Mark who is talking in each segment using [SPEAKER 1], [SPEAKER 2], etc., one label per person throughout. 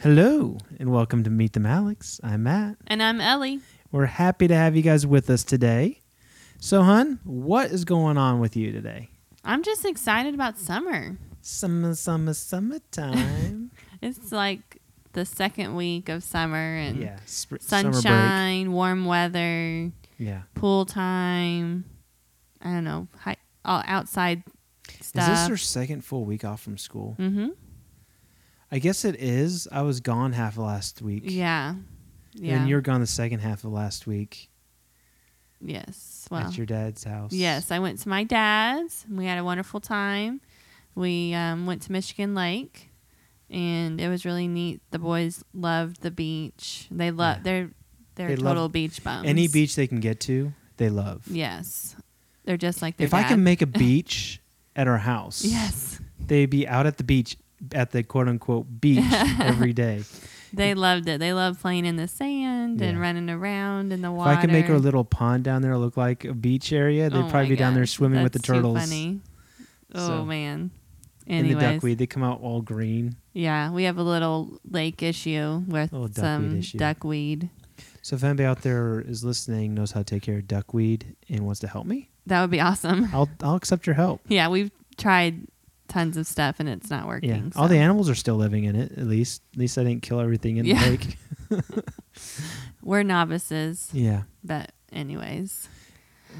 [SPEAKER 1] Hello and welcome to Meet Them Alex. I'm Matt.
[SPEAKER 2] And I'm Ellie.
[SPEAKER 1] We're happy to have you guys with us today. So, hun, what is going on with you today?
[SPEAKER 2] I'm just excited about summer.
[SPEAKER 1] Summer, summer, summertime.
[SPEAKER 2] It's like the second week of summer and
[SPEAKER 1] yeah, sp- summer break.
[SPEAKER 2] sunshine, warm weather,
[SPEAKER 1] Yeah.
[SPEAKER 2] pool time. I don't know, hi- all outside stuff.
[SPEAKER 1] Is this your second full week off from school?
[SPEAKER 2] mm-hmm.
[SPEAKER 1] I guess it is. I was gone half of last week.
[SPEAKER 2] Yeah.
[SPEAKER 1] And
[SPEAKER 2] Yeah.
[SPEAKER 1] then you were gone the second half of last week
[SPEAKER 2] yes. Well.
[SPEAKER 1] at your dad's house.
[SPEAKER 2] Yes, I went to my dad's. and We had a wonderful time. We um, went to Michigan Lake, and it was really neat. The boys loved the beach. They love
[SPEAKER 1] Yeah.
[SPEAKER 2] they're they're
[SPEAKER 1] They love
[SPEAKER 2] total beach bums.
[SPEAKER 1] Any beach they can get to, they love.
[SPEAKER 2] Yes, they're just like their
[SPEAKER 1] If I can
[SPEAKER 2] dad.
[SPEAKER 1] make a beach at our house,
[SPEAKER 2] Yes,
[SPEAKER 1] they'd be out at the beach at the quote unquote beach every day.
[SPEAKER 2] they loved it. They love playing in the sand and
[SPEAKER 1] Yeah.
[SPEAKER 2] running around in the
[SPEAKER 1] If
[SPEAKER 2] water.
[SPEAKER 1] I could make our little pond down there look like a beach area, they'd
[SPEAKER 2] Oh my
[SPEAKER 1] probably be down there
[SPEAKER 2] gosh,
[SPEAKER 1] swimming with the
[SPEAKER 2] that's too
[SPEAKER 1] turtles
[SPEAKER 2] funny. Oh
[SPEAKER 1] So-
[SPEAKER 2] man.
[SPEAKER 1] and
[SPEAKER 2] Anyways,
[SPEAKER 1] the duckweed. They come out all green.
[SPEAKER 2] yeah, we have a little lake issue with
[SPEAKER 1] Little duckweed
[SPEAKER 2] some
[SPEAKER 1] issue.
[SPEAKER 2] duckweed.
[SPEAKER 1] So if anybody out there is listening, knows how to take care of duckweed and wants to help me,
[SPEAKER 2] That would be awesome.
[SPEAKER 1] I'll I'll accept your help.
[SPEAKER 2] Yeah, we've tried tons of stuff and it's not working.
[SPEAKER 1] Yeah,
[SPEAKER 2] so.
[SPEAKER 1] all the animals are still living in it. At least, at least I didn't kill everything in
[SPEAKER 2] Yeah.
[SPEAKER 1] the lake.
[SPEAKER 2] We're novices,
[SPEAKER 1] Yeah.
[SPEAKER 2] but anyways.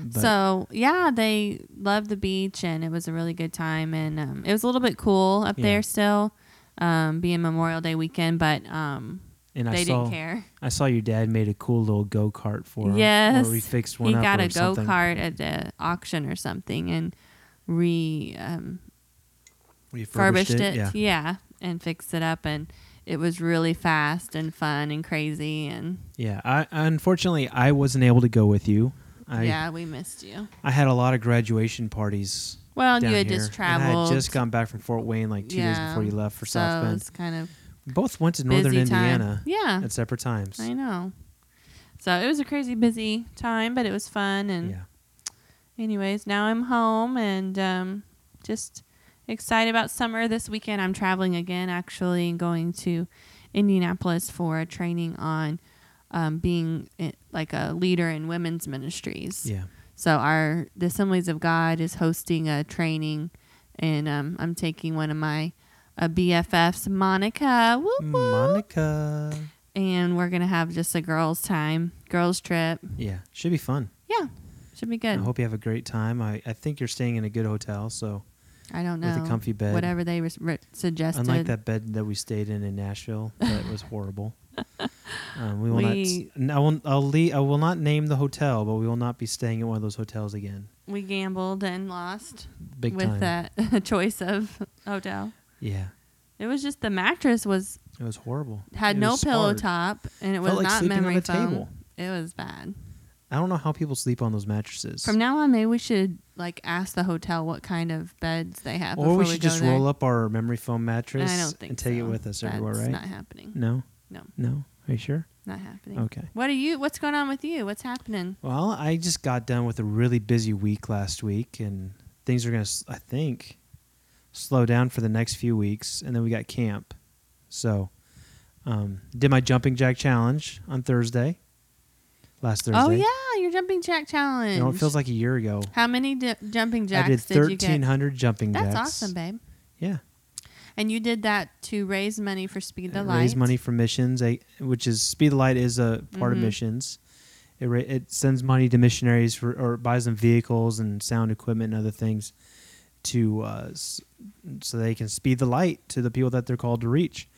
[SPEAKER 1] But
[SPEAKER 2] so yeah, they loved the beach and it was a really good time and um, it was a little bit cool up
[SPEAKER 1] Yeah.
[SPEAKER 2] there still, um, being Memorial Day weekend, but um,
[SPEAKER 1] and I
[SPEAKER 2] they
[SPEAKER 1] saw
[SPEAKER 2] didn't care.
[SPEAKER 1] I saw your dad made a cool little go kart for him.
[SPEAKER 2] Yes,
[SPEAKER 1] or we fixed one
[SPEAKER 2] He
[SPEAKER 1] up
[SPEAKER 2] got
[SPEAKER 1] or
[SPEAKER 2] a go
[SPEAKER 1] something.
[SPEAKER 2] kart at the auction or something and re um,
[SPEAKER 1] Refurbished
[SPEAKER 2] furbished it,
[SPEAKER 1] Yeah.
[SPEAKER 2] and fixed it up and it was really fast and fun and crazy and
[SPEAKER 1] Yeah, I unfortunately I wasn't able to go with you. I
[SPEAKER 2] yeah, we missed you.
[SPEAKER 1] I had a lot of graduation parties.
[SPEAKER 2] Well, and
[SPEAKER 1] down
[SPEAKER 2] you had
[SPEAKER 1] here,
[SPEAKER 2] just
[SPEAKER 1] and I
[SPEAKER 2] traveled.
[SPEAKER 1] had just gone back from Fort Wayne like two days
[SPEAKER 2] Yeah,
[SPEAKER 1] before you left for
[SPEAKER 2] so
[SPEAKER 1] South
[SPEAKER 2] it
[SPEAKER 1] Bend.
[SPEAKER 2] was kind of
[SPEAKER 1] Both went to
[SPEAKER 2] busy
[SPEAKER 1] Northern
[SPEAKER 2] time.
[SPEAKER 1] Indiana
[SPEAKER 2] Yeah,
[SPEAKER 1] at separate times.
[SPEAKER 2] I know. So it was a crazy busy time, but it was fun. And
[SPEAKER 1] Yeah,
[SPEAKER 2] anyways, now I'm home and um, just excited about summer. This weekend I'm traveling again, actually, and going to Indianapolis for a training on um, being eh, like a leader in women's ministries.
[SPEAKER 1] yeah,
[SPEAKER 2] So our the Assemblies of God is hosting a training, and um, I'm taking one of my uh, BFFs, Monica, whoop, whoop.
[SPEAKER 1] Monica.
[SPEAKER 2] and we're gonna have just a girls' time, girls' trip.
[SPEAKER 1] Yeah, should be fun.
[SPEAKER 2] Yeah, should be good.
[SPEAKER 1] I hope you have a great time. I, I think you're staying in a good hotel, so
[SPEAKER 2] I don't know
[SPEAKER 1] with a comfy bed.
[SPEAKER 2] Whatever they res- re- suggested.
[SPEAKER 1] unlike that bed that we stayed in in Nashville, that was horrible. Um, we will
[SPEAKER 2] We-
[SPEAKER 1] not. I will. I'll leave, I will not name the hotel, but we will not be staying at one of those hotels again.
[SPEAKER 2] we gambled and lost
[SPEAKER 1] Big time.
[SPEAKER 2] with that choice of hotel.
[SPEAKER 1] Yeah,
[SPEAKER 2] It was just the mattress was
[SPEAKER 1] it was horrible.
[SPEAKER 2] had
[SPEAKER 1] It
[SPEAKER 2] no
[SPEAKER 1] was
[SPEAKER 2] pillow
[SPEAKER 1] hard.
[SPEAKER 2] top, and it
[SPEAKER 1] Felt
[SPEAKER 2] was
[SPEAKER 1] like
[SPEAKER 2] not
[SPEAKER 1] sleeping on
[SPEAKER 2] memory
[SPEAKER 1] a
[SPEAKER 2] foam.
[SPEAKER 1] table.
[SPEAKER 2] It was bad.
[SPEAKER 1] I don't know how people sleep on those mattresses.
[SPEAKER 2] From now on, maybe we should like ask the hotel what kind of beds they have.
[SPEAKER 1] or
[SPEAKER 2] before
[SPEAKER 1] we should just
[SPEAKER 2] go there.
[SPEAKER 1] roll up our memory foam mattress
[SPEAKER 2] I don't think
[SPEAKER 1] and take it
[SPEAKER 2] so.
[SPEAKER 1] with us
[SPEAKER 2] That's
[SPEAKER 1] everywhere, right?
[SPEAKER 2] Not happening.
[SPEAKER 1] no.
[SPEAKER 2] No.
[SPEAKER 1] No. Are you sure?
[SPEAKER 2] Not happening.
[SPEAKER 1] Okay.
[SPEAKER 2] What are you? What's going on with you? What's happening?
[SPEAKER 1] Well, I just got done with a really busy week last week, and things are gonna, s- I think, slow down for the next few weeks, and then we got camp. So, um, did my jumping jack challenge on Thursday, last Thursday.
[SPEAKER 2] Oh yeah, your jumping jack challenge.
[SPEAKER 1] You know, it feels like a year ago.
[SPEAKER 2] How many di- jumping jacks
[SPEAKER 1] I did
[SPEAKER 2] you get?
[SPEAKER 1] thirteen hundred jumping
[SPEAKER 2] That's
[SPEAKER 1] jacks.
[SPEAKER 2] awesome, babe.
[SPEAKER 1] Yeah.
[SPEAKER 2] And you did that to raise money for Speed the
[SPEAKER 1] It
[SPEAKER 2] Light.
[SPEAKER 1] raise money for missions, a, which is Speed the Light is a part
[SPEAKER 2] Mhm.
[SPEAKER 1] of missions. It, ra- it sends money to missionaries for, or buys them vehicles and sound equipment and other things to uh, s- so they can speed the light to the people that they're called to reach.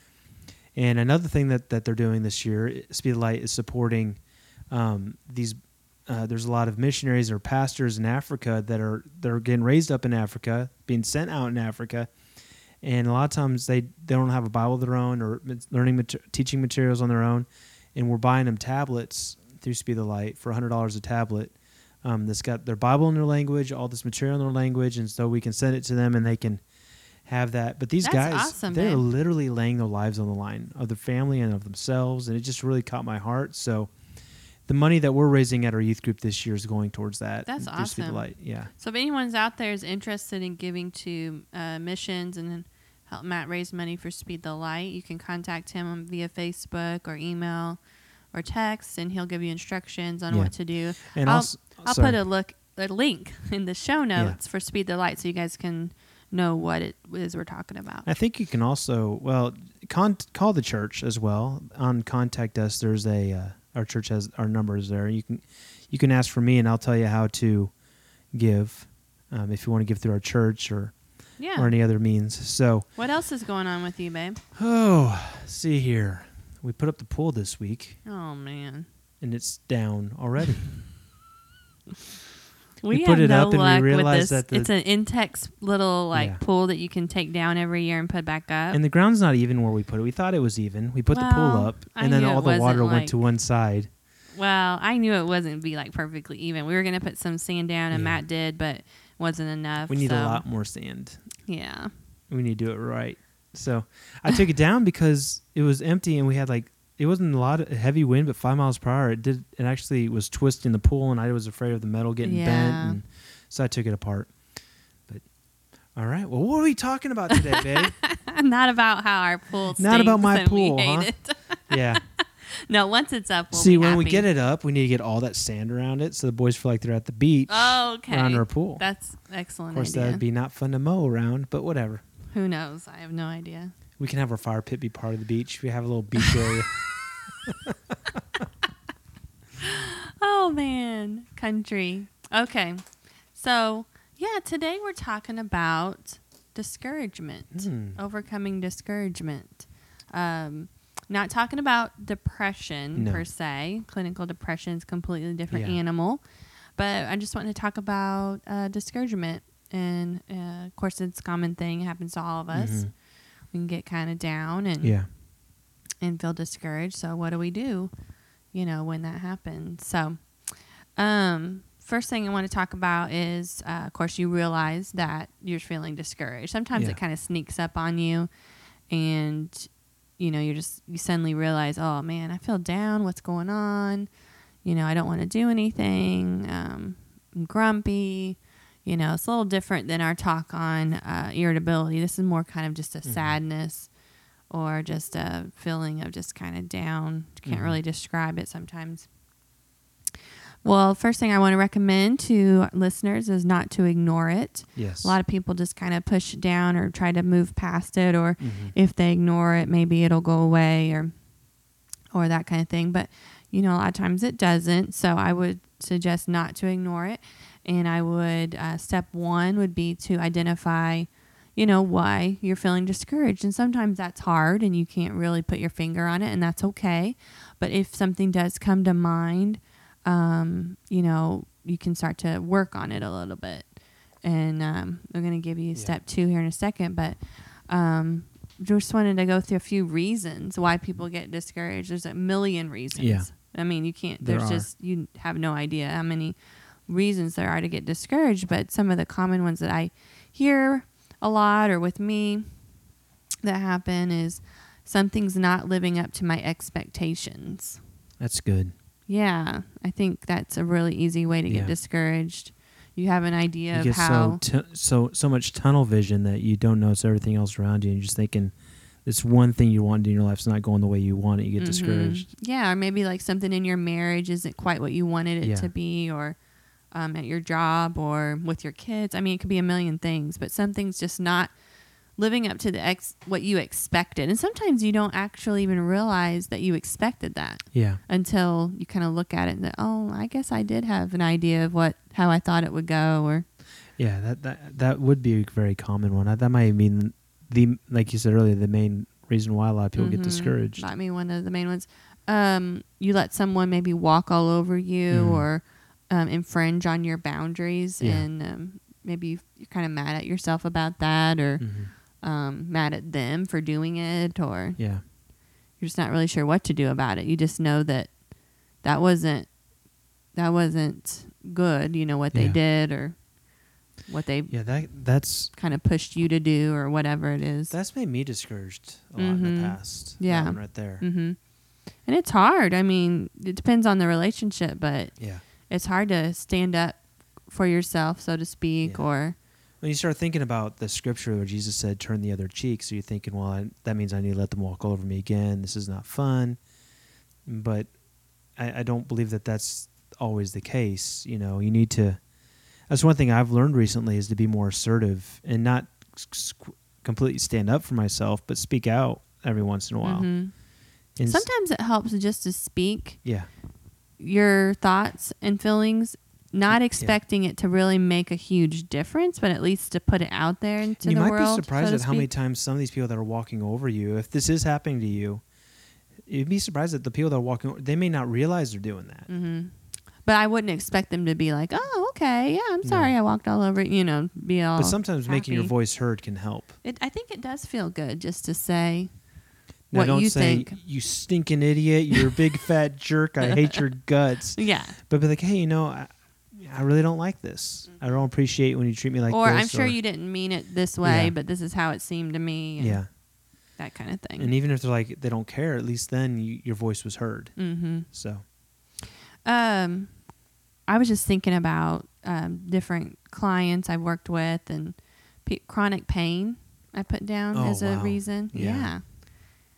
[SPEAKER 1] And another thing that, that they're doing this year, i- Speed the Light is supporting um, these. Uh, there's a lot of missionaries or pastors in Africa that are they're getting raised up in Africa, being sent out in Africa, and a lot of times they they don't have a Bible of their own or mat- learning mater- teaching materials on their own, and we're buying them tablets through Speed of Light for hundred dollars a tablet. Um, that's got their Bible in their language, all this material in their language, and so we can send it to them and they can have that. But these
[SPEAKER 2] That's
[SPEAKER 1] guys,
[SPEAKER 2] awesome,
[SPEAKER 1] they're
[SPEAKER 2] babe.
[SPEAKER 1] literally laying their lives on the line of their family and of themselves, and it just really caught my heart. So. The money that we're raising at our youth group this year is going towards that.
[SPEAKER 2] That's
[SPEAKER 1] through Speed of
[SPEAKER 2] awesome.
[SPEAKER 1] Light. Yeah.
[SPEAKER 2] So if anyone's out there is interested in giving to uh, missions and then help Matt raise money for Speed the Light. You can contact him via Facebook or email or text, and he'll give you instructions on
[SPEAKER 1] Yeah.
[SPEAKER 2] what to do.
[SPEAKER 1] And
[SPEAKER 2] I'll,
[SPEAKER 1] also,
[SPEAKER 2] I'll
[SPEAKER 1] sorry.
[SPEAKER 2] put a look a link in the show notes for Speed the Light so you guys can know what it is we're talking about.
[SPEAKER 1] I think you can also well con- call the church as well on contact us. There's a uh, our church has our numbers there. You can you can ask for me and I'll tell you how to give um, if you want to give through our church or
[SPEAKER 2] Yeah.
[SPEAKER 1] or any other means. So
[SPEAKER 2] What else is going on with you, babe?
[SPEAKER 1] oh, see here, we put up the pool this week
[SPEAKER 2] Oh man.
[SPEAKER 1] and it's down already.
[SPEAKER 2] We,
[SPEAKER 1] We
[SPEAKER 2] have
[SPEAKER 1] put it
[SPEAKER 2] no
[SPEAKER 1] up and we
[SPEAKER 2] luck
[SPEAKER 1] realized
[SPEAKER 2] with this.
[SPEAKER 1] that the-
[SPEAKER 2] it's an in-text little like
[SPEAKER 1] Yeah.
[SPEAKER 2] pool that you can take down every year and put back up.
[SPEAKER 1] and the ground's not even where we put it. We thought it was even. We put the
[SPEAKER 2] Oh. Well,
[SPEAKER 1] pool up
[SPEAKER 2] I
[SPEAKER 1] and then
[SPEAKER 2] knew
[SPEAKER 1] all
[SPEAKER 2] it
[SPEAKER 1] the
[SPEAKER 2] wasn't
[SPEAKER 1] water went
[SPEAKER 2] like-
[SPEAKER 1] to one side.
[SPEAKER 2] well, I knew it wasn't be like perfectly even. We were gonna put some sand down, and
[SPEAKER 1] Yeah.
[SPEAKER 2] Matt did, but wasn't enough.
[SPEAKER 1] We need
[SPEAKER 2] so,
[SPEAKER 1] a lot more sand.
[SPEAKER 2] Yeah.
[SPEAKER 1] we need to do it right. So I took it down because it was empty and we had like it wasn't a lot of heavy wind, but five miles per hour. It did it actually was twisting the pool and I was afraid of the metal getting bent
[SPEAKER 2] Yeah.
[SPEAKER 1] and so I took it apart. But all right. Well what are we talking about today, babe?
[SPEAKER 2] Not about how our pool.
[SPEAKER 1] Not about
[SPEAKER 2] stinks
[SPEAKER 1] my
[SPEAKER 2] and
[SPEAKER 1] pool,
[SPEAKER 2] We hate
[SPEAKER 1] huh?
[SPEAKER 2] it.
[SPEAKER 1] yeah.
[SPEAKER 2] No, once it's up, we'll
[SPEAKER 1] See
[SPEAKER 2] be
[SPEAKER 1] when we
[SPEAKER 2] happy.
[SPEAKER 1] get it up, we need to get all that sand around it so the boys feel like they're at the beach
[SPEAKER 2] Oh, okay.
[SPEAKER 1] around our pool.
[SPEAKER 2] That's
[SPEAKER 1] of
[SPEAKER 2] excellent.
[SPEAKER 1] course
[SPEAKER 2] idea.
[SPEAKER 1] that'd be not fun to mow around, but whatever.
[SPEAKER 2] Who knows? I have no idea.
[SPEAKER 1] We can have our fire pit be part of the beach. We have a little beach area.
[SPEAKER 2] Oh man, country. Okay. So, yeah, today we're talking about discouragement,
[SPEAKER 1] Hmm.
[SPEAKER 2] overcoming discouragement. Um not talking about depression
[SPEAKER 1] No.
[SPEAKER 2] per se. Clinical depression is a completely different
[SPEAKER 1] Yeah.
[SPEAKER 2] animal. But I just wanted to talk about uh, discouragement. And uh, of course, it's a common thing, it happens to all of us.
[SPEAKER 1] Mhm.
[SPEAKER 2] We can get kind of down and
[SPEAKER 1] Yeah.
[SPEAKER 2] and feel discouraged. So what do we do, you know, when that happens? So, um, first thing I want to talk about is, uh, of course, you realize that you're feeling discouraged. Sometimes
[SPEAKER 1] Yeah.
[SPEAKER 2] it kind of sneaks up on you, and you know, you're just you suddenly realize, oh man, I feel down. What's going on? You know, I don't want to do anything. Um, I'm grumpy. You know, it's a little different than our talk on uh, irritability. This is more kind of just a sadness or just a feeling of just kind of down. Can't
[SPEAKER 1] Mhm.
[SPEAKER 2] really describe it sometimes. Well, first thing I want to recommend to listeners is not to ignore it.
[SPEAKER 1] Yes.
[SPEAKER 2] A lot of people just kind of push it down or try to move past it, or
[SPEAKER 1] Mhm.
[SPEAKER 2] if they ignore it, maybe it'll go away or or that kind of thing. But you know, a lot of times it doesn't. So I would suggest not to ignore it. And I would uh, step one would be to identify, you know, why you're feeling discouraged. And sometimes that's hard, and you can't really put your finger on it, and that's okay. But if something does come to mind, um, you know, you can start to work on it a little bit. And um, I'm going to give you
[SPEAKER 1] Yeah.
[SPEAKER 2] step two here in a second, but um, just wanted to go through a few reasons why people get discouraged. There's a million reasons.
[SPEAKER 1] Yeah.
[SPEAKER 2] I mean, you can't,
[SPEAKER 1] There
[SPEAKER 2] there's
[SPEAKER 1] are.
[SPEAKER 2] just, you have no idea how many reasons there are to get discouraged, but some of the common ones that I hear a lot or with me that happen is something's not living up to my expectations.
[SPEAKER 1] That's good.
[SPEAKER 2] Yeah, I think that's a really easy way to
[SPEAKER 1] Yeah.
[SPEAKER 2] get discouraged. You have an idea
[SPEAKER 1] you
[SPEAKER 2] of
[SPEAKER 1] get
[SPEAKER 2] how.
[SPEAKER 1] so tu- so so much tunnel vision that you don't notice everything else around you. And you're just thinking this one thing you want in your life's not going the way you want it. You get
[SPEAKER 2] Mhm.
[SPEAKER 1] discouraged.
[SPEAKER 2] Yeah, or maybe like something in your marriage isn't quite what you wanted it
[SPEAKER 1] Yeah.
[SPEAKER 2] to be, or um, at your job, or with your kids. I mean, it could be a million things, but something's just not living up to the ex what you expected. And sometimes you don't actually even realize that you expected that
[SPEAKER 1] Yeah,
[SPEAKER 2] until you kind of look at it and that oh, I guess I did have an idea of what how I thought it would go, or
[SPEAKER 1] yeah. That that that would be a very common one. I, that might mean the like you said earlier the main reason why a lot of people get
[SPEAKER 2] Mhm.
[SPEAKER 1] discouraged.
[SPEAKER 2] Not me, one of the main ones. Um, you let someone maybe walk all over you
[SPEAKER 1] Mhm.
[SPEAKER 2] or um, infringe on your boundaries,
[SPEAKER 1] Yeah.
[SPEAKER 2] and um, maybe you- you're kind of mad at yourself about that, or
[SPEAKER 1] Mhm.
[SPEAKER 2] um, mad at them for doing it, or
[SPEAKER 1] Yeah,
[SPEAKER 2] you're just not really sure what to do about it. You just know that that wasn't that wasn't good. You know what they
[SPEAKER 1] Yeah.
[SPEAKER 2] did, or what they
[SPEAKER 1] yeah. That that's
[SPEAKER 2] kind of pushed you to do, or whatever it is.
[SPEAKER 1] that's made me discouraged a lot in
[SPEAKER 2] Mhm.
[SPEAKER 1] the past. That
[SPEAKER 2] Yeah.
[SPEAKER 1] one right there.
[SPEAKER 2] hmm And it's hard. I mean, it depends on the relationship, but
[SPEAKER 1] Yeah,
[SPEAKER 2] it's hard to stand up for yourself, so to speak,
[SPEAKER 1] Yeah.
[SPEAKER 2] or
[SPEAKER 1] when you start thinking about the scripture where Jesus said, "Turn the other cheek," so you're thinking, "Well, I, that means I need to let them walk all over me again. This is not fun." But I, I don't believe that that's always the case. You know, you need to. That's one thing I've learned recently is to be more assertive and not s- s- completely stand up for myself, but speak out every once in a while.
[SPEAKER 2] Mhm.
[SPEAKER 1] And s-
[SPEAKER 2] Sometimes it helps just to speak
[SPEAKER 1] yeah,
[SPEAKER 2] your thoughts and feelings, not expecting it to really make a huge difference, but at least to put it out there into
[SPEAKER 1] you
[SPEAKER 2] the
[SPEAKER 1] might
[SPEAKER 2] world.
[SPEAKER 1] be surprised
[SPEAKER 2] so to
[SPEAKER 1] at how many
[SPEAKER 2] speak.
[SPEAKER 1] times some of these people that are walking over you, if this is happening to you, you'd be surprised that the people that are walking, o- they may not realize they're doing
[SPEAKER 2] Mm,
[SPEAKER 1] that.
[SPEAKER 2] Mm-hmm. But I wouldn't expect them to be like, "Oh, okay, yeah, I'm
[SPEAKER 1] No.
[SPEAKER 2] sorry, I walked all over," it," you know, be all.
[SPEAKER 1] But sometimes making your
[SPEAKER 2] oh, happy.
[SPEAKER 1] voice heard can help.
[SPEAKER 2] It, I think it does feel good just to say
[SPEAKER 1] Now,
[SPEAKER 2] what
[SPEAKER 1] don't
[SPEAKER 2] you
[SPEAKER 1] say
[SPEAKER 2] think.
[SPEAKER 1] you stinking idiot, you're a big fat jerk, I hate your guts.
[SPEAKER 2] Yeah.
[SPEAKER 1] But be like, hey, you know, I, I really don't like this. I don't appreciate when you treat me like
[SPEAKER 2] or
[SPEAKER 1] this.
[SPEAKER 2] I'm sure
[SPEAKER 1] or-
[SPEAKER 2] you didn't mean it this way,
[SPEAKER 1] Yeah.
[SPEAKER 2] but this is how it seemed to me. and
[SPEAKER 1] Yeah,
[SPEAKER 2] That kind of thing.
[SPEAKER 1] and e-, even if they're like they don't care, at least then you, your voice was heard.
[SPEAKER 2] mm-hmm.
[SPEAKER 1] So
[SPEAKER 2] Um, I was just thinking about um, different clients I've worked with and p- chronic pain. I put down
[SPEAKER 1] Oh,
[SPEAKER 2] as a
[SPEAKER 1] wow.
[SPEAKER 2] reason.
[SPEAKER 1] Yeah.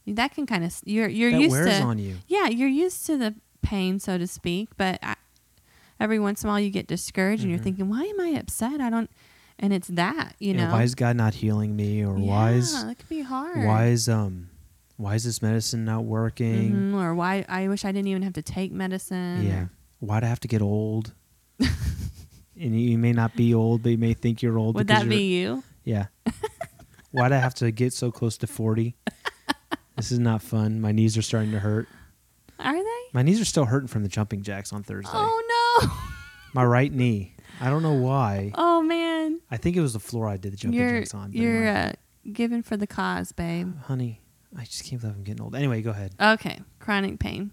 [SPEAKER 2] Yeah. that can kind of you're you're
[SPEAKER 1] that
[SPEAKER 2] used
[SPEAKER 1] wears
[SPEAKER 2] to.
[SPEAKER 1] on you.
[SPEAKER 2] Yeah, you're used to the pain, so to speak. But I, every once in a while, you get discouraged and
[SPEAKER 1] Mhm.
[SPEAKER 2] you're thinking, "Why am I upset? I don't." And it's that you know.
[SPEAKER 1] why is God not healing me, or why is
[SPEAKER 2] Yeah, that could be hard.
[SPEAKER 1] why is um why is this medicine not working?
[SPEAKER 2] Mhm, or why I wish I didn't even have to take medicine.
[SPEAKER 1] Yeah, why'd I have to get old? and you, you may not be old, but you may think you're old.
[SPEAKER 2] Would
[SPEAKER 1] because
[SPEAKER 2] that
[SPEAKER 1] you're-
[SPEAKER 2] be you?
[SPEAKER 1] Yeah. Why'd I have to get so close to 40? This is not fun. My knees are starting to hurt.
[SPEAKER 2] Are they?
[SPEAKER 1] My knees are still hurting from the jumping jacks on Thursday.
[SPEAKER 2] Oh no.
[SPEAKER 1] My right knee. I don't know why.
[SPEAKER 2] Oh man,
[SPEAKER 1] I think it was the floor I did the jumping
[SPEAKER 2] you're
[SPEAKER 1] jacks on. but
[SPEAKER 2] you're
[SPEAKER 1] anyway.
[SPEAKER 2] uh, giving for the cause, babe.
[SPEAKER 1] honey, I just can't believe I'm getting old. Anyway, go ahead.
[SPEAKER 2] Okay, chronic pain,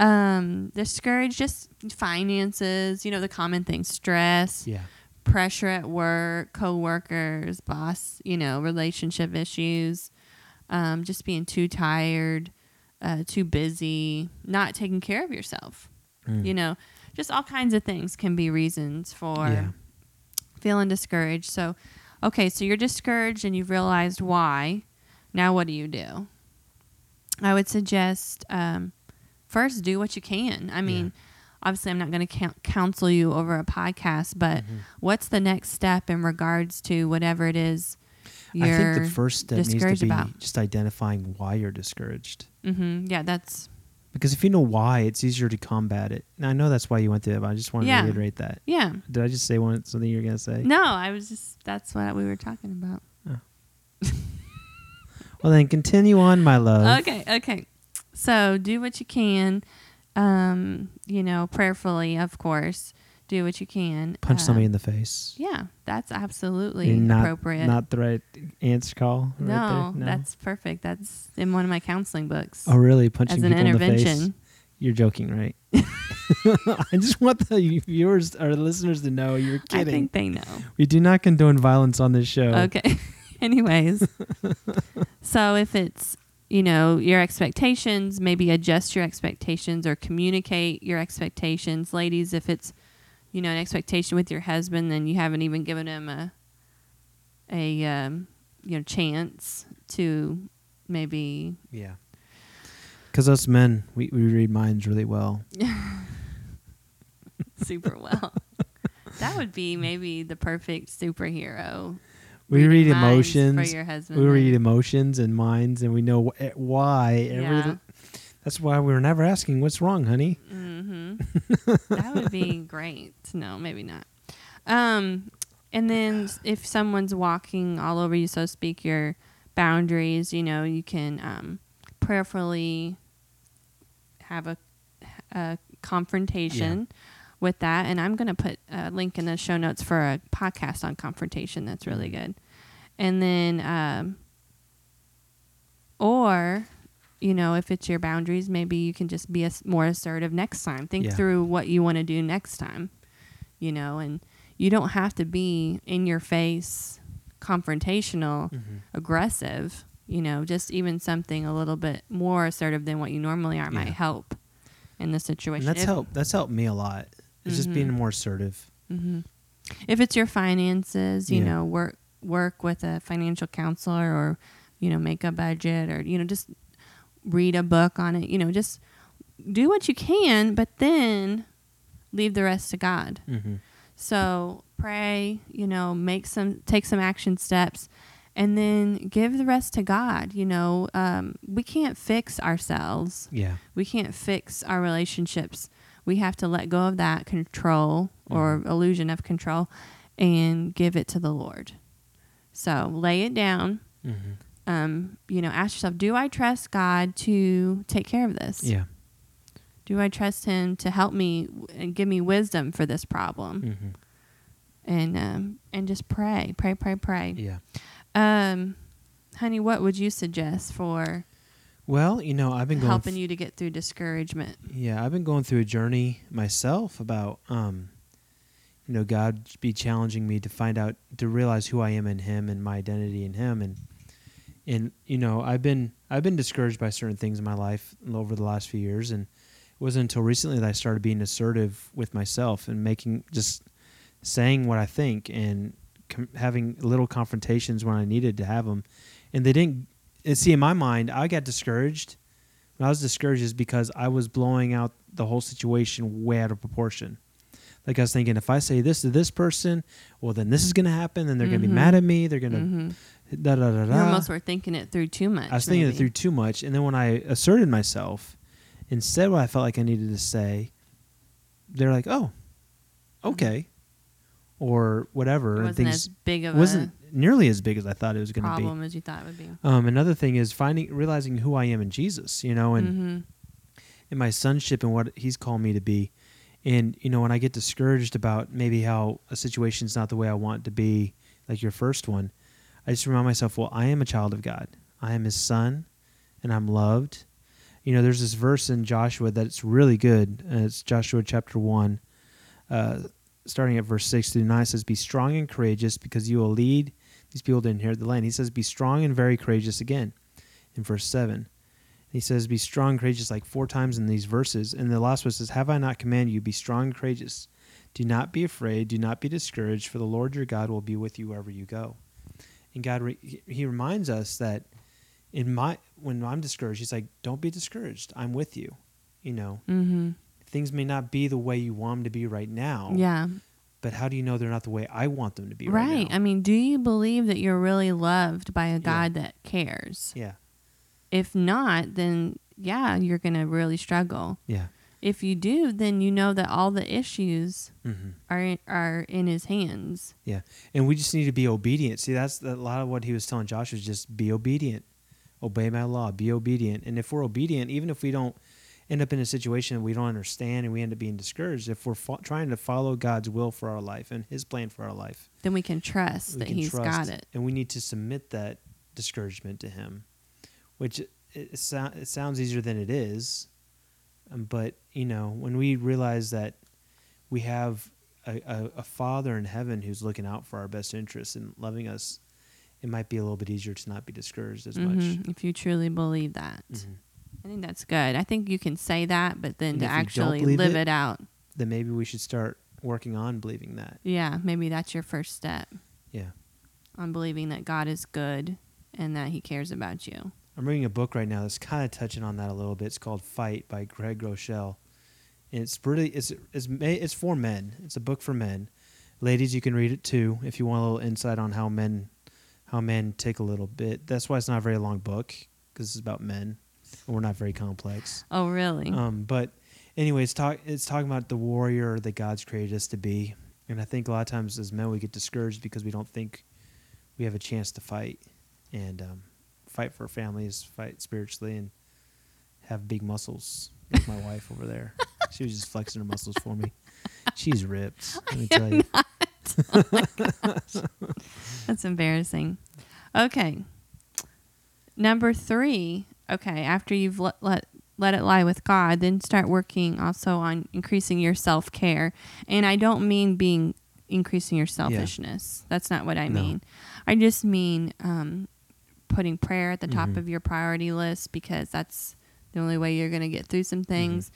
[SPEAKER 2] um, discouraged, just finances. You know the common things: stress,
[SPEAKER 1] Yeah.
[SPEAKER 2] pressure at work, coworkers, boss. You know relationship issues, um, just being too tired, uh, too busy, not taking care of yourself.
[SPEAKER 1] Mm.
[SPEAKER 2] You know, just all kinds of things can be reasons for.
[SPEAKER 1] Yeah.
[SPEAKER 2] feeling discouraged. So, okay, so you're discouraged and you've realized why. Now, what do you do? I would suggest um, first do what you can. I mean, obviously, I'm not going to coun counsel you over a podcast, but
[SPEAKER 1] Mhm.
[SPEAKER 2] what's the next step in regards to whatever it is you're
[SPEAKER 1] I think the first step needs to
[SPEAKER 2] discouraged
[SPEAKER 1] be
[SPEAKER 2] about?
[SPEAKER 1] just identifying why you're discouraged.
[SPEAKER 2] hmm yeah, that's
[SPEAKER 1] Because if you know why, it's easier to combat it. And I know that's why you went through it, but I just wanted
[SPEAKER 2] Yeah.
[SPEAKER 1] to reiterate that.
[SPEAKER 2] yeah.
[SPEAKER 1] Did I just say one, something you were going to say?
[SPEAKER 2] No, I was just that's what we were talking about.
[SPEAKER 1] Well, then continue on, my love.
[SPEAKER 2] Okay, okay. So do what you can, um, you know, prayerfully, of course. Do what you can.
[SPEAKER 1] Punch
[SPEAKER 2] um,
[SPEAKER 1] somebody in the face.
[SPEAKER 2] Yeah, that's absolutely
[SPEAKER 1] You're not,
[SPEAKER 2] appropriate.
[SPEAKER 1] Not the right answer call. Right
[SPEAKER 2] no,
[SPEAKER 1] there.
[SPEAKER 2] that's perfect. That's in one of my counseling books
[SPEAKER 1] oh really punching
[SPEAKER 2] as an
[SPEAKER 1] people in the face.
[SPEAKER 2] intervention.
[SPEAKER 1] You're joking, right? I just want the viewers or listeners to know you're
[SPEAKER 2] I
[SPEAKER 1] kidding.
[SPEAKER 2] think they know.
[SPEAKER 1] we do not condone violence on this show.
[SPEAKER 2] Okay. Anyways, so if it's you know your expectations, maybe adjust your expectations or communicate your expectations, ladies. If it's you know an expectation with your husband, then you haven't even given him a a um, you know chance to maybe
[SPEAKER 1] Yeah. Because us men, we, we read minds really well.
[SPEAKER 2] super well. that would be maybe the perfect superhero.
[SPEAKER 1] We read
[SPEAKER 2] Reading minds
[SPEAKER 1] emotions.
[SPEAKER 2] for your husband.
[SPEAKER 1] We read emotions and minds, and we know wh- eh, why. Every,
[SPEAKER 2] Yeah.
[SPEAKER 1] That's why we were never asking, "What's wrong, honey?"
[SPEAKER 2] hmm that would be great. No, maybe not. Um, and then s- if someone's walking all over you, so to speak, your boundaries, you know, you can um, prayerfully have a, a confrontation with that. And I'm going to put a link in the show notes for a podcast on confrontation. That's really good. And then, um, or you know, if it's your boundaries, maybe you can just be as more assertive next time. Think
[SPEAKER 1] Yeah.
[SPEAKER 2] through what you want to do next time, you know, and you don't have to be in your face,
[SPEAKER 1] Mm.
[SPEAKER 2] confrontational,
[SPEAKER 1] Mm-hmm.
[SPEAKER 2] aggressive. You know, just even something a little bit more assertive than what you normally are might
[SPEAKER 1] Yeah.
[SPEAKER 2] help in this
[SPEAKER 1] And
[SPEAKER 2] situation.
[SPEAKER 1] that's helped. That's helped me a lot. It's just
[SPEAKER 2] Mhm.
[SPEAKER 1] being more assertive.
[SPEAKER 2] hmm if it's your finances, you
[SPEAKER 1] Yeah.
[SPEAKER 2] know, work work with a financial counselor or you know, make a budget or you know, just read a book on it, you know, just do what you can, but then leave the rest to God.
[SPEAKER 1] Mm-hmm.
[SPEAKER 2] So pray, you know, make some, take some action steps, and then give the rest to God. You know, um, we can't fix ourselves.
[SPEAKER 1] Yeah.
[SPEAKER 2] We can't fix our relationships. We have to let go of that control
[SPEAKER 1] Mm-hmm.
[SPEAKER 2] or illusion of control and give it to the Lord. So lay it down.
[SPEAKER 1] Mm-hmm.
[SPEAKER 2] Um, you know, ask yourself, do I trust God to take care of this?
[SPEAKER 1] Yeah.
[SPEAKER 2] Do I trust Him to help me w- and give me wisdom for this problem?
[SPEAKER 1] Mm-hmm.
[SPEAKER 2] and um, and just pray, pray, pray, pray.
[SPEAKER 1] Yeah.
[SPEAKER 2] Um, honey, what would you suggest for
[SPEAKER 1] Well, you know, I've been going
[SPEAKER 2] helping
[SPEAKER 1] th-
[SPEAKER 2] you to get through discouragement?
[SPEAKER 1] Yeah, I've been going through a journey myself about, um, you know, God be challenging me to find out, to realize who I am in Him and my identity in Him, and and you know, I've been I've been discouraged by certain things in my life over the last few years, and it wasn't until recently that I started being assertive with myself and making just saying what I think and com- having little confrontations when I needed to have them, and they didn't. And see, in my mind, I got discouraged when I was discouraged is because I was blowing out the whole situation way out of proportion. Like I was thinking, if I say this to this person, well, then this is going to happen. Then they're going to
[SPEAKER 2] Mhm.
[SPEAKER 1] be mad at me. They're going to
[SPEAKER 2] Mm-hmm.
[SPEAKER 1] da da da
[SPEAKER 2] You
[SPEAKER 1] da.
[SPEAKER 2] almost were thinking it through too much.
[SPEAKER 1] I was thinking
[SPEAKER 2] maybe.
[SPEAKER 1] it through too much, and then when I asserted myself and said what I felt like I needed to say, they're like, "Oh, okay," or whatever.
[SPEAKER 2] Mm-hmm. It
[SPEAKER 1] and
[SPEAKER 2] wasn't as
[SPEAKER 1] things
[SPEAKER 2] big of
[SPEAKER 1] wasn't nearly as big as I thought it was
[SPEAKER 2] a
[SPEAKER 1] going to be.
[SPEAKER 2] problem as you thought it would be.
[SPEAKER 1] Um, another thing is finding realizing who I am in Jesus, you know, Oh, and
[SPEAKER 2] hmm
[SPEAKER 1] in my sonship and what he's called me to be. And you know, when I get discouraged about maybe how a situation's not the way I want it to be, like your first one, I just remind myself, well, I am a child of God. I am his son and I'm loved. You know, there's this verse in Joshua that's really good. And it's Joshua chapter 1, uh, starting at verse 6 through 9. It says, Be strong and courageous because you will lead these people to inherit the land. He says, Be strong and very courageous again in verse 7. He says, Be strong and courageous like four times in these verses. And the last one says, Have I not commanded you, be strong and courageous? Do not be afraid, do not be discouraged, for the Lord your God will be with you wherever you go. And God, re- he- He reminds us that in my when I'm discouraged, He's like, Don't be discouraged. I'm with you. You know,
[SPEAKER 2] hmm
[SPEAKER 1] things may not be the way you want them to be right now.
[SPEAKER 2] Yeah,
[SPEAKER 1] But how do you know they're not the way I want them to be right,
[SPEAKER 2] right.
[SPEAKER 1] now?
[SPEAKER 2] I mean, do you believe that you're really loved by a God that cares?
[SPEAKER 1] yeah,
[SPEAKER 2] If not, then yeah, you're gonna really struggle.
[SPEAKER 1] yeah,
[SPEAKER 2] If you do, then you know that all the issues
[SPEAKER 1] hmm
[SPEAKER 2] are in, are in his hands.
[SPEAKER 1] yeah. And we just need to be obedient. See, that's a lot of what he was telling Joshua: is just be obedient, obey my law, be obedient. And if we're obedient, even if we don't end up in a situation we don't understand and we end up being discouraged, if we're fo- trying to follow God's will for our life and His plan for our life,
[SPEAKER 2] Then we can trust
[SPEAKER 1] we
[SPEAKER 2] that
[SPEAKER 1] can
[SPEAKER 2] he's
[SPEAKER 1] trust,
[SPEAKER 2] got it.
[SPEAKER 1] and we need to submit that discouragement to Him, which it, it, sou- it sounds easier than it is. Um, but you know, when we realize that we have a, a, a Father in heaven who's looking out for our best interests and loving us, it might be a little bit easier to not be discouraged as much.
[SPEAKER 2] Mhm, If you truly believe that,
[SPEAKER 1] Mhm.
[SPEAKER 2] I think that's good. I think you can say that, but then
[SPEAKER 1] And
[SPEAKER 2] to
[SPEAKER 1] if you don't
[SPEAKER 2] actually
[SPEAKER 1] believe
[SPEAKER 2] live it,
[SPEAKER 1] it-
[SPEAKER 2] out,
[SPEAKER 1] Then maybe we should start working on believing that.
[SPEAKER 2] yeah, maybe that's your first step
[SPEAKER 1] Yeah.
[SPEAKER 2] on believing that God is good and that he cares about you.
[SPEAKER 1] I'm reading a book right now that's kind of touching on that a little bit. It's called Fight by Greg Rochelle. And it's really it's it's ma- it's for men. It's a book for men. Ladies, you can read it too if you want a little insight on how men how men take a little bit. That's why it's not a very long book because it's about men and we're not very complex.
[SPEAKER 2] Oh, really?
[SPEAKER 1] Um, but anyway, it's talk it's talking about the warrior that God's created us to be. And I think a lot of times as men we get discouraged because we don't think we have a chance to fight and um, fight for our families, fight spiritually, and have big muscles. Like my wife over there, she was just flexing her muscles for me. She's ripped. Let me tell you.
[SPEAKER 2] that's embarrassing. Okay. Number three. Okay, after you've let, let let it lie with God, then start working also on increasing your self care. And I don't mean being increasing your selfishness. That's not what I
[SPEAKER 1] No.
[SPEAKER 2] mean. I just mean um, putting prayer at the top
[SPEAKER 1] Mhm.
[SPEAKER 2] of your priority list because that's the only way you're going to get through some things.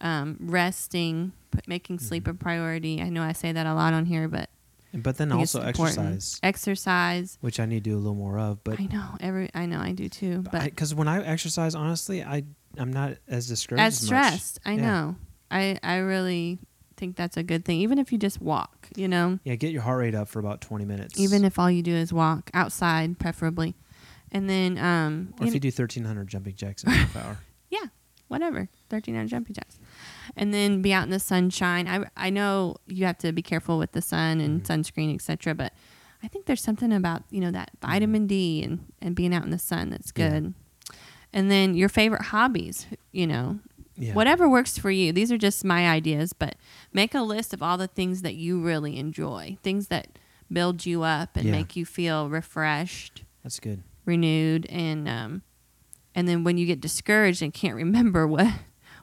[SPEAKER 2] Um, resting, put, making sleep a priority. I know I say that a lot on here, but
[SPEAKER 1] But then
[SPEAKER 2] I think it's
[SPEAKER 1] also
[SPEAKER 2] important.
[SPEAKER 1] exercise,
[SPEAKER 2] Exercise.
[SPEAKER 1] which I need to do a little more of. But
[SPEAKER 2] I know every. I know I do too. But
[SPEAKER 1] because when I exercise, honestly, I I'm not as discouraged.
[SPEAKER 2] as stressed, I
[SPEAKER 1] Yeah.
[SPEAKER 2] know. I I really think that's a good thing. Even if you just walk, you know,
[SPEAKER 1] Much. Yeah, get your heart rate up for about 20 minutes.
[SPEAKER 2] even if all you do is walk outside, preferably, and then um,
[SPEAKER 1] or
[SPEAKER 2] you
[SPEAKER 1] if you do 1300 jumping jacks in a half hour.
[SPEAKER 2] yeah, whatever, thirteen hundred jumping jacks, and then be out in the sunshine. I I know you have to be careful with the sun and
[SPEAKER 1] Mhm.
[SPEAKER 2] sunscreen, etc. But I think there's something about you know that vitamin D and and being out in the sun that's
[SPEAKER 1] Mm-hmm. Yeah.
[SPEAKER 2] good. And then your favorite hobbies, you know,
[SPEAKER 1] Yeah.
[SPEAKER 2] whatever works for you. These are just my ideas, but make a list of all the things that you really enjoy, things that build you up and
[SPEAKER 1] Yeah.
[SPEAKER 2] make you feel refreshed,
[SPEAKER 1] That's good.
[SPEAKER 2] renewed, and um, and then when you get discouraged and can't remember what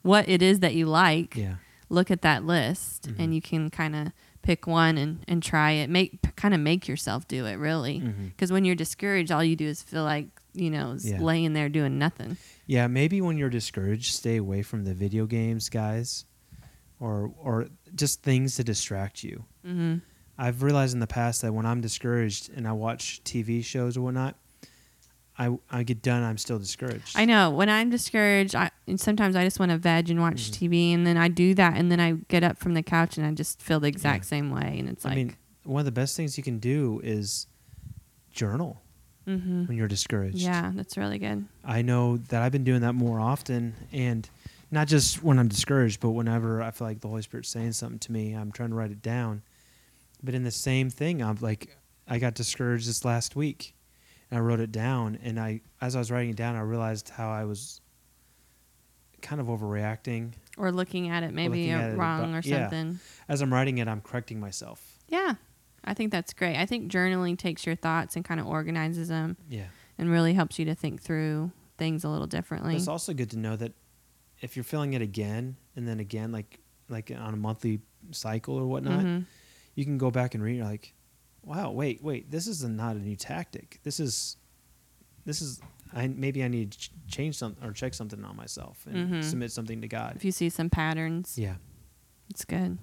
[SPEAKER 2] what it is that you like,
[SPEAKER 1] Yeah.
[SPEAKER 2] look at that list
[SPEAKER 1] Mhm.
[SPEAKER 2] and you can kind of pick one and and try it. Make kind of make yourself do it really,
[SPEAKER 1] Mhm.
[SPEAKER 2] because when you're discouraged, all you do is feel like you know s-
[SPEAKER 1] Yeah.
[SPEAKER 2] laying there doing nothing.
[SPEAKER 1] Yeah, maybe when you're discouraged, stay away from the video games, guys, or or just things to distract you.
[SPEAKER 2] Mm-hmm.
[SPEAKER 1] I've realized in the past that when I'm discouraged and I watch TV shows or whatnot, I I get done. I'm still discouraged.
[SPEAKER 2] I know when I'm discouraged, I and sometimes I just want to veg and
[SPEAKER 1] Mm-hmm.
[SPEAKER 2] watch TV, and then I do that, and then I get up from the couch and I just feel the exact
[SPEAKER 1] Yeah.
[SPEAKER 2] same way, and it's
[SPEAKER 1] I
[SPEAKER 2] like,
[SPEAKER 1] mean, one of the best things you can do is journal
[SPEAKER 2] mm-hmm.
[SPEAKER 1] when you're discouraged.
[SPEAKER 2] yeah, that's really good.
[SPEAKER 1] I know that I've been doing that more often, and not just when I'm discouraged, but whenever I feel like the Holy Spirit's saying something to me, I'm trying to write it down. But in the same thing, I'm like, I got discouraged this last week, and I wrote it down. And I, as I was writing it down, I realized how I was kind of overreacting.
[SPEAKER 2] Or looking at it
[SPEAKER 1] looking
[SPEAKER 2] maybe
[SPEAKER 1] at
[SPEAKER 2] uh
[SPEAKER 1] it,
[SPEAKER 2] wrong
[SPEAKER 1] but-
[SPEAKER 2] or
[SPEAKER 1] yeah.
[SPEAKER 2] something.
[SPEAKER 1] As I'm writing it, I'm correcting myself.
[SPEAKER 2] Yeah. I think that's great. I think journaling takes your thoughts and kind of organizes them,
[SPEAKER 1] Yeah,
[SPEAKER 2] and really helps you to think through things a little
[SPEAKER 1] but
[SPEAKER 2] differently.
[SPEAKER 1] it's also good to know that if you're feeling it again and then again, like like on a monthly cycle or whatnot.
[SPEAKER 2] Mhm.
[SPEAKER 1] you can go back and read. You're like, wow, wait, wait, this is not a new tactic. This is, this is. I maybe I need to ch- change something or check something on myself and
[SPEAKER 2] Mhm.
[SPEAKER 1] submit something to God.
[SPEAKER 2] If you see some patterns,
[SPEAKER 1] Yeah,
[SPEAKER 2] It's good.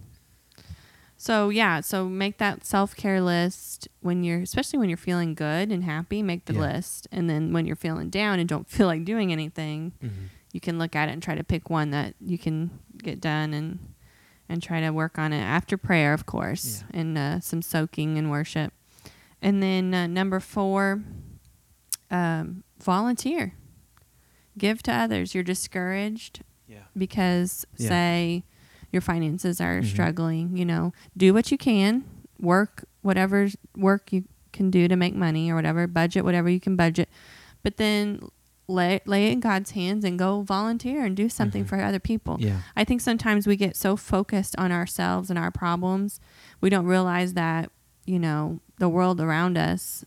[SPEAKER 2] So yeah, so make that self care list when you're, especially when you're feeling good and happy. Make the
[SPEAKER 1] Yeah.
[SPEAKER 2] list, and then when you're feeling down and don't feel like doing anything,
[SPEAKER 1] Mhm.
[SPEAKER 2] you can look at it and try to pick one that you can get done and and try to work on it after prayer, of course, and uh, some soaking and worship. And then uh, number four, um, volunteer, give to others. You're discouraged
[SPEAKER 1] yeah,
[SPEAKER 2] because
[SPEAKER 1] Yeah.
[SPEAKER 2] say your finances are
[SPEAKER 1] Mhm.
[SPEAKER 2] struggling, you know, do what you can, work whatever work you can do to make money or whatever, budget whatever you can budget, but then lay lay it in God's hands and go volunteer and do something
[SPEAKER 1] Mhm.
[SPEAKER 2] for other people.
[SPEAKER 1] yeah,
[SPEAKER 2] I think sometimes we get so focused on ourselves and our problems, we don't realize that, you know, the world around us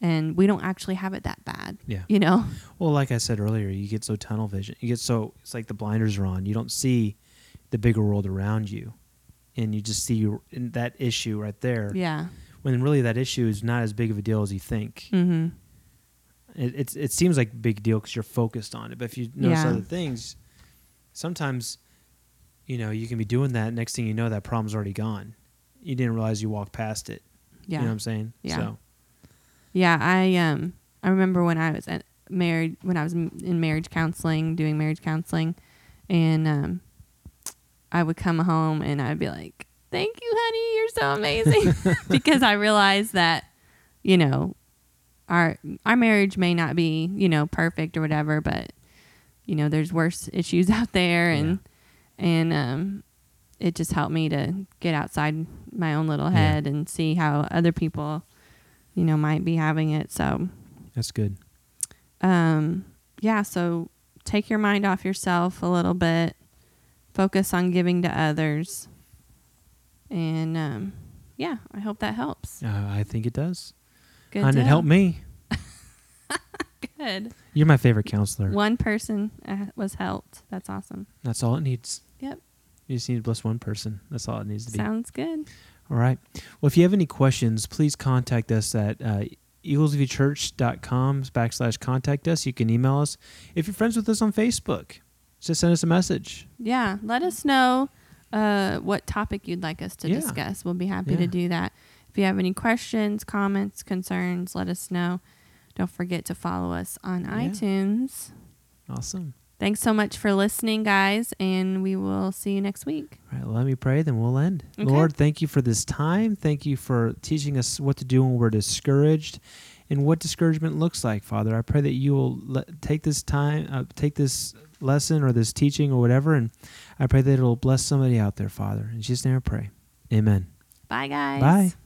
[SPEAKER 2] and we don't actually have it that bad.
[SPEAKER 1] yeah.
[SPEAKER 2] You know?
[SPEAKER 1] Well, like I said earlier, you get so tunnel vision. You get so it's like the blinders are on. You don't see the bigger world around you, and you just see your in that issue right there.
[SPEAKER 2] Yeah.
[SPEAKER 1] When really that issue is not as big of a deal as you think.
[SPEAKER 2] Mhm.
[SPEAKER 1] it, it's it seems like a big deal because you're focused on it. But if you notice
[SPEAKER 2] Yeah.
[SPEAKER 1] other things, sometimes, you know, you can be doing that. Next thing you know, that problem's already gone. You didn't realize you walked past it.
[SPEAKER 2] Yeah.
[SPEAKER 1] You know what I'm saying?
[SPEAKER 2] Yeah.
[SPEAKER 1] So,
[SPEAKER 2] Yeah, I um I remember when I was at married when I was m- in marriage counseling, doing marriage counseling, and um I would come home and I'd be like, "Thank you, honey, you're so amazing," because I realized that you know our our marriage may not be you know perfect or whatever, but you know there's worse issues out there, and and um it just helped me to get outside my own little
[SPEAKER 1] Yeah.
[SPEAKER 2] head and see how other people you know might be having it so
[SPEAKER 1] that's good.
[SPEAKER 2] um yeah so take your mind off yourself a little bit focus on giving to others and um yeah i hope that helps
[SPEAKER 1] Uh, I think it does.
[SPEAKER 2] good
[SPEAKER 1] and
[SPEAKER 2] deal.
[SPEAKER 1] it helped me.
[SPEAKER 2] good
[SPEAKER 1] You're my favorite counselor.
[SPEAKER 2] one person uh, was helped that's awesome
[SPEAKER 1] That's all it needs.
[SPEAKER 2] yep
[SPEAKER 1] You just need to bless one person. That's all it needs to be.
[SPEAKER 2] sounds good
[SPEAKER 1] All right. Well, if you have any questions, please contact us at uh, eaglesviewchurch.com backslash contact us. You can email us. If you're friends with us on Facebook, just send us a message.
[SPEAKER 2] yeah let us know uh what topic you'd like us to
[SPEAKER 1] Yeah.
[SPEAKER 2] discuss we'll be happy
[SPEAKER 1] Yeah.
[SPEAKER 2] to do that if If you have any questions, comments, concerns, let us know. Don't forget to follow us on
[SPEAKER 1] Yeah.
[SPEAKER 2] iTunes.
[SPEAKER 1] Awesome.
[SPEAKER 2] Thanks so much for listening, guys, and we will see you next week.
[SPEAKER 1] All right, let me pray, then we'll end.
[SPEAKER 2] Okay.
[SPEAKER 1] Lord, thank you for this time. Thank you for teaching us what to do when we're discouraged and what discouragement looks like, Father. I pray that you will let, take this time, uh, take this lesson or this teaching or whatever, and I pray that it'll bless somebody out there, Father. In Jesus' name I pray. Amen.
[SPEAKER 2] Bye, guys.
[SPEAKER 1] Bye.